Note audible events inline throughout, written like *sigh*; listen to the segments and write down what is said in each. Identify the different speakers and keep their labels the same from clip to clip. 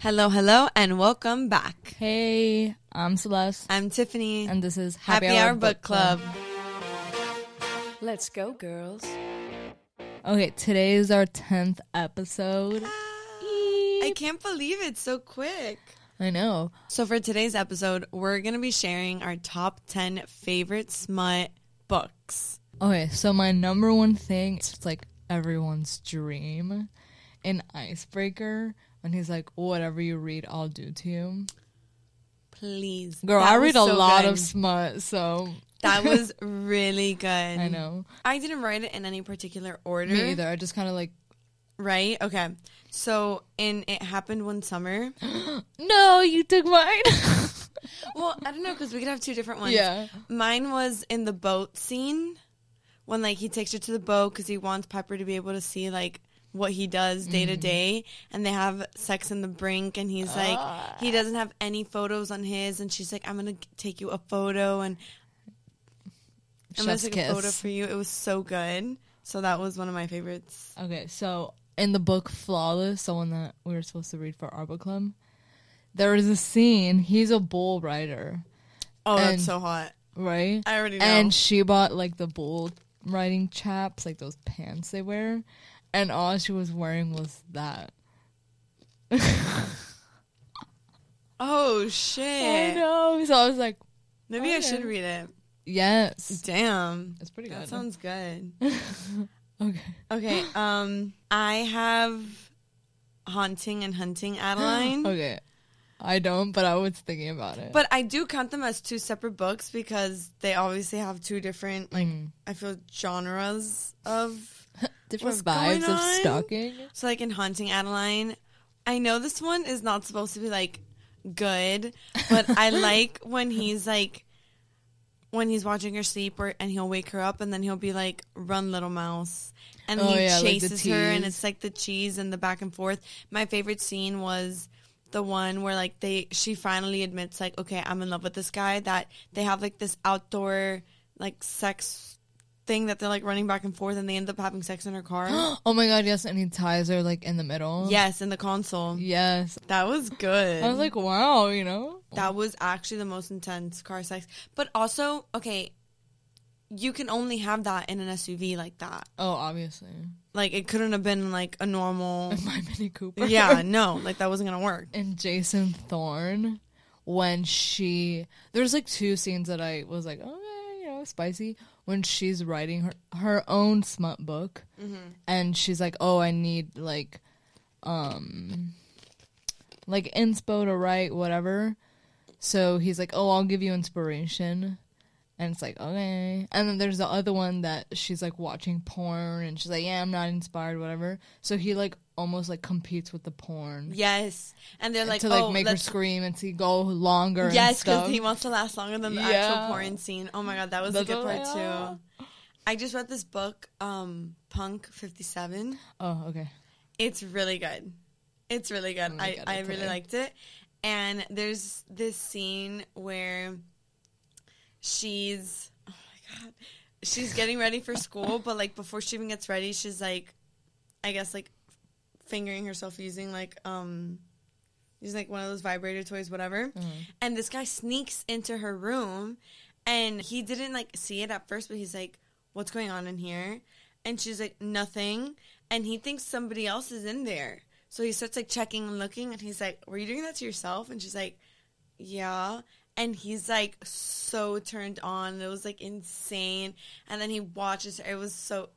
Speaker 1: Hello, hello, and welcome back.
Speaker 2: Hey, I'm Celeste,
Speaker 1: I'm Tiffany.
Speaker 2: and this is
Speaker 1: Happy, Hour, Book Club.
Speaker 3: Let's go, girls.
Speaker 2: Okay, today is our 10th episode.
Speaker 1: I can't believe it's so quick.
Speaker 2: I know.
Speaker 1: So, for today's episode, we're going to be sharing our top 10 favorite smut books.
Speaker 2: Okay, so my number one thing is like everyone's dream an icebreaker. And he's like, whatever you read, I'll do to you.
Speaker 1: Please.
Speaker 2: Girl,
Speaker 1: That
Speaker 2: I
Speaker 1: was
Speaker 2: read a
Speaker 1: so
Speaker 2: lot
Speaker 1: good.
Speaker 2: of smut, so *laughs*
Speaker 1: That was really good. I
Speaker 2: I know.
Speaker 1: I didn't write it in any particular order.
Speaker 2: Me either. I just kind of like,
Speaker 1: Right? Okay. So, and it happened one summer. *gasps*
Speaker 2: no, you took mine. *laughs*
Speaker 1: Well, I don't know because we could have two different ones.
Speaker 2: Yeah.
Speaker 1: Mine was in the boat scene when like he takes her to the boat because he wants Pepper to be able to see like what he does day
Speaker 2: Mm-hmm.
Speaker 1: to day, and they have sex in the brink, and he's like
Speaker 2: Ah.
Speaker 1: he doesn't have any photos on his, and she's like I'm gonna g- take you a photo and I'm gonna
Speaker 2: Chef's
Speaker 1: take a photo
Speaker 2: kiss.
Speaker 1: for you. It was so good. So that was one of my favorites.
Speaker 2: Okay, so in the book Flawless, the one that we were supposed to read for our book club, there is a scene. He's a bull rider,
Speaker 1: Oh,
Speaker 2: And-
Speaker 1: that's so hot.
Speaker 2: right?
Speaker 1: I already know.
Speaker 2: And she bought like the bull riding chaps, like those pants they wear, and all she was wearing was that.
Speaker 1: oh shit.
Speaker 2: I know. So I was like,
Speaker 1: Maybe I should read it.
Speaker 2: yes,
Speaker 1: Damn.
Speaker 2: it's pretty
Speaker 1: That
Speaker 2: good.
Speaker 1: sounds good.
Speaker 2: *laughs* okay.
Speaker 1: Okay. Um, I have haunting and hunting Adeline,
Speaker 2: Okay, I don't, but I was thinking about it.
Speaker 1: but I do count them as two separate books because they obviously have two different, like
Speaker 2: Mm.
Speaker 1: I feel genres of.
Speaker 2: different
Speaker 1: what's going
Speaker 2: vibes of
Speaker 1: on?
Speaker 2: stalking. *gasps*
Speaker 1: So like in haunting Adeline, I know this one is not supposed to be like good, but
Speaker 2: *laughs*
Speaker 1: I like when he's like. When he's watching her sleep, or and he'll wake her up, and then he'll be like, "Run, little mouse," and
Speaker 2: Oh,
Speaker 1: he
Speaker 2: yeah, like the
Speaker 1: chases her, and
Speaker 2: tease.
Speaker 1: it's like the cheese and the back and forth. My favorite scene was the one where like they she finally admits like, "Okay, I'm in love with this guy." That they have like this outdoor like sex thing that they're like running back and forth, and they end up having sex in her
Speaker 2: *gasps*
Speaker 1: car. *gasps*
Speaker 2: Oh my god, yes, and he ties her like in the middle.
Speaker 1: yes, in the console.
Speaker 2: Yes.
Speaker 1: That was good.
Speaker 2: Oh. I was like, oh. wow, you know?
Speaker 1: that was actually the most intense car sex. But also, okay, you can only have that in an SUV like that.
Speaker 2: Oh, obviously. *laughs*
Speaker 1: Like it couldn't have been like a normal.
Speaker 2: My Mini Cooper.
Speaker 1: yeah, no, like that wasn't gonna work.
Speaker 2: And Jason Thorne, when she. There's like two scenes that I was like, okay, you know, spicy. When she's writing her, her own smut book, and she's like, oh, I need like, um, like inspo to write, whatever. So he's like, oh, I'll give you inspiration. And it's like, okay. And then there's the other one that she's like watching porn and she's like, yeah, I'm not inspired, whatever. So he like almost like competes with the porn
Speaker 1: Yes, and they're like,
Speaker 2: to like
Speaker 1: oh,
Speaker 2: make her
Speaker 1: let's-
Speaker 2: scream and see go longer. and
Speaker 1: yes,
Speaker 2: stuff.
Speaker 1: because he wants to last longer than the
Speaker 2: Yeah.
Speaker 1: actual porn scene. Oh my god, that was
Speaker 2: That's
Speaker 1: a good
Speaker 2: what
Speaker 1: part
Speaker 2: I love.
Speaker 1: too. I just read this book, um, Punk Fifty Seven.
Speaker 2: Oh, okay.
Speaker 1: It's really good. It's really good.
Speaker 2: gonna
Speaker 1: I,
Speaker 2: get it
Speaker 1: I really
Speaker 2: today.
Speaker 1: liked it. And there's this scene where she's oh my god. She's getting ready for school, but like before she even gets ready, she's like I guess like fingering herself using like um using like one of those vibrator toys, whatever. And this guy sneaks into her room and he didn't like see it at first, but he's like, What's going on in here? And she's like, Nothing. And he thinks somebody else is in there. So he starts like checking and looking and he's like, Were you doing that to yourself? And she's like, Yeah. And he's like so turned on. It was like insane. And then he watches her. It was so,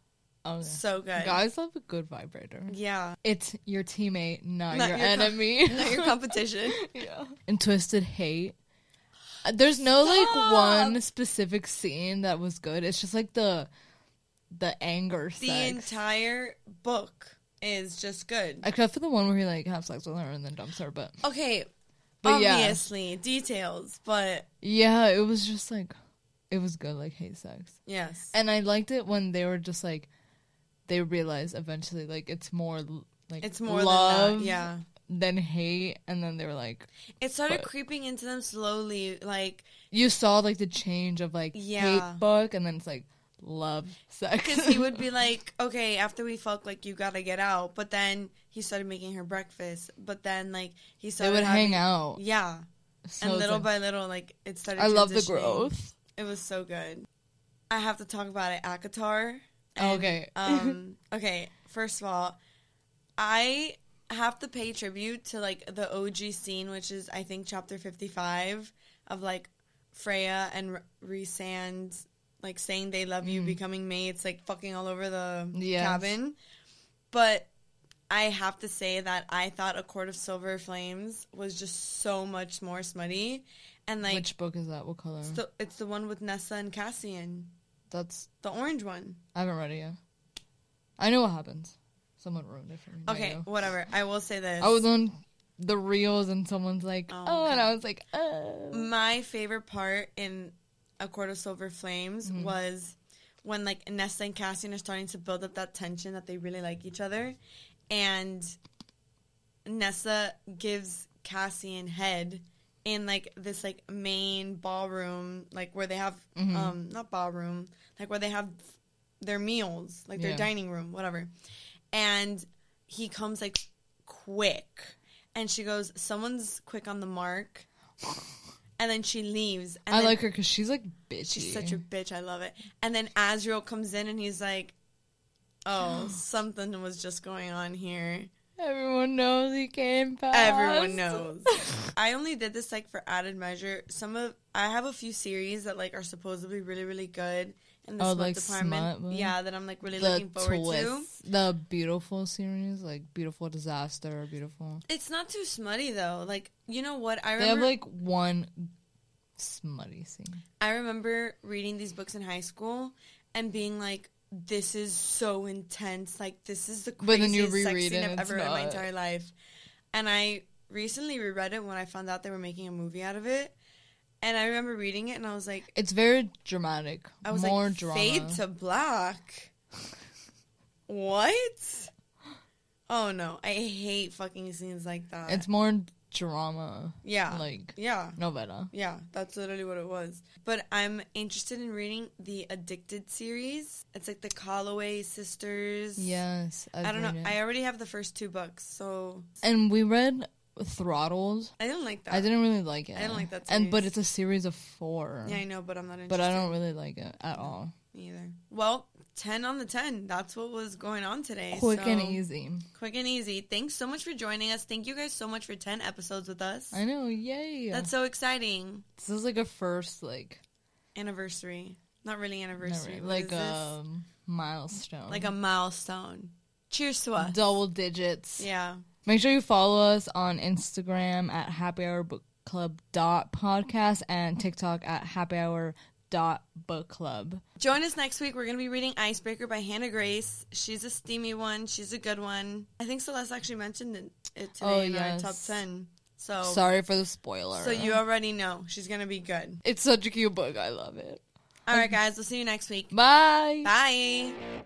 Speaker 2: Okay.
Speaker 1: so good.
Speaker 2: Oh, Guys love a good vibrator.
Speaker 1: Yeah.
Speaker 2: *laughs* It's your teammate, not,
Speaker 1: Not
Speaker 2: your,
Speaker 1: your com- *laughs*
Speaker 2: enemy.
Speaker 1: Not your competition.
Speaker 2: *laughs* yeah. And twisted hate. Uh, There's no
Speaker 1: Stop.
Speaker 2: like one specific scene that was good. It's just like the the anger
Speaker 1: the
Speaker 2: sex.
Speaker 1: entire book is just good.
Speaker 2: Except for the one where he like have sex with her and then dumps her, but
Speaker 1: Okay.
Speaker 2: But yeah.
Speaker 1: obviously, details, but
Speaker 2: yeah, it was just like it was good, like hate sex.
Speaker 1: yes.
Speaker 2: And I liked it when they were just like, they realized eventually like it's more like
Speaker 1: It's more
Speaker 2: love,
Speaker 1: than that. Yeah.
Speaker 2: than hate, and then they were like,
Speaker 1: It started
Speaker 2: But-
Speaker 1: creeping into them slowly, like
Speaker 2: you saw like the change of like
Speaker 1: Yeah.
Speaker 2: hate book, and then it's like love sex.
Speaker 1: because he would be like, "Okay, after we fuck, like you gotta get out," but then he started making her breakfast, but then like he
Speaker 2: *laughs* They
Speaker 1: started
Speaker 2: would
Speaker 1: having-
Speaker 2: hang out.
Speaker 1: Yeah,
Speaker 2: So
Speaker 1: and
Speaker 2: it's
Speaker 1: little
Speaker 2: like-
Speaker 1: by little, like it started.
Speaker 2: I love the
Speaker 1: transitioning.
Speaker 2: growth.
Speaker 1: It was so good. I have to talk about it at Qatar.
Speaker 2: Okay. *laughs*
Speaker 1: um, okay. First of all, I have to pay tribute to like the OG scene, which is I think chapter fifty-five of like Freya and R- Resand like saying they love you, becoming mates, like fucking all over the
Speaker 2: Mm. Yes.
Speaker 1: cabin. But I have to say that I thought A Court of Silver Flames was just so much more smutty, and like
Speaker 2: Which book is that? What color?
Speaker 1: it's the, it's the one with Nessa and Cassian,
Speaker 2: That's
Speaker 1: the orange one.
Speaker 2: I haven't read it yet. I know what happens. Someone ruined it for me. I
Speaker 1: Okay,
Speaker 2: know.
Speaker 1: whatever. I will say this.
Speaker 2: I was on the reels and someone's like,
Speaker 1: Oh,
Speaker 2: oh,
Speaker 1: okay.
Speaker 2: and I was like, oh.
Speaker 1: My favorite part in A Court of Silver Flames
Speaker 2: Mm-hmm.
Speaker 1: was when like Nesta and Cassian are starting to build up that tension that they really like each other, and Nessa gives Cassian head in like this like main ballroom, like where they have
Speaker 2: Mm-hmm.
Speaker 1: um not ballroom, like where they have their meals, like their
Speaker 2: Yeah.
Speaker 1: dining room, whatever. And he comes like quick, and she goes, "Someone's quick on the mark." And then she leaves. And
Speaker 2: I
Speaker 1: then
Speaker 2: like her because she's like bitchy.
Speaker 1: She's such a bitch. I love it. And then Azrael comes in and he's like,
Speaker 2: *gasps*
Speaker 1: "Oh, something was just going on here."
Speaker 2: Everyone knows he came past.
Speaker 1: Everyone
Speaker 2: *laughs*
Speaker 1: knows. I only did this like for added measure. Some of I have a few series that like are supposedly really really good in the
Speaker 2: Oh,
Speaker 1: smut
Speaker 2: like
Speaker 1: department.
Speaker 2: smut one?
Speaker 1: yeah, that I'm like really
Speaker 2: the
Speaker 1: looking forward to.
Speaker 2: twist, the beautiful series, like beautiful disaster, beautiful.
Speaker 1: It's not too smutty though. Like you know what I
Speaker 2: They have
Speaker 1: remember.
Speaker 2: like one smutty scene.
Speaker 1: I remember reading these books in high school and being like, "This is so intense! Like this is the
Speaker 2: But then you
Speaker 1: craziest sex
Speaker 2: reread
Speaker 1: scene
Speaker 2: it
Speaker 1: I've
Speaker 2: and
Speaker 1: ever
Speaker 2: it's
Speaker 1: read in my
Speaker 2: not.
Speaker 1: entire life." And I recently reread it when I found out they were making a movie out of it. And I remember reading it and I was like,
Speaker 2: It's very dramatic.
Speaker 1: "I was
Speaker 2: more
Speaker 1: like,
Speaker 2: drama.
Speaker 1: fade to black."
Speaker 2: *laughs*
Speaker 1: what? Oh no, I hate fucking scenes like that.
Speaker 2: It's more drama.
Speaker 1: yeah,
Speaker 2: Like
Speaker 1: yeah.
Speaker 2: novella.
Speaker 1: Yeah, that's literally what it was. But I'm interested in reading the Addicted series. It's like the Calloway sisters.
Speaker 2: Yes, I've
Speaker 1: I don't know.
Speaker 2: read it.
Speaker 1: I already have the first two books, so
Speaker 2: and we read Throttled.
Speaker 1: I didn't like that.
Speaker 2: I didn't really like it.
Speaker 1: I didn't like that
Speaker 2: And but
Speaker 1: series.
Speaker 2: it's a series of four.
Speaker 1: Yeah, I know, but I'm not interested.
Speaker 2: but I don't really like it at all.
Speaker 1: either. Well, ten on the ten. That's what was going on today.
Speaker 2: Quick and
Speaker 1: so-
Speaker 2: easy.
Speaker 1: Quick and easy. Thanks so much for joining us. Thank you guys so much for ten episodes with us.
Speaker 2: I know. Yay!
Speaker 1: That's so exciting.
Speaker 2: this is like a first like
Speaker 1: Anniversary. Not really anniversary.
Speaker 2: never-
Speaker 1: What is
Speaker 2: like
Speaker 1: this?
Speaker 2: um milestone.
Speaker 1: like a milestone. Cheers to us.
Speaker 2: double digits.
Speaker 1: Yeah.
Speaker 2: Make sure you follow us on Instagram at happy hour book club dot podcast and TikTok at happy hour dot book club.
Speaker 1: Join us next week. We're going to be reading Icebreaker by Hannah Grace. She's a steamy one. She's a good one. I think Celeste actually mentioned it, it today
Speaker 2: Oh,
Speaker 1: in
Speaker 2: yes.
Speaker 1: our top 10. So,
Speaker 2: Sorry for the spoiler.
Speaker 1: Oh. so you already know she's going to be good.
Speaker 2: It's such a cute book. I love it.
Speaker 1: All right, guys. We'll see you next week.
Speaker 2: Bye.
Speaker 1: Bye.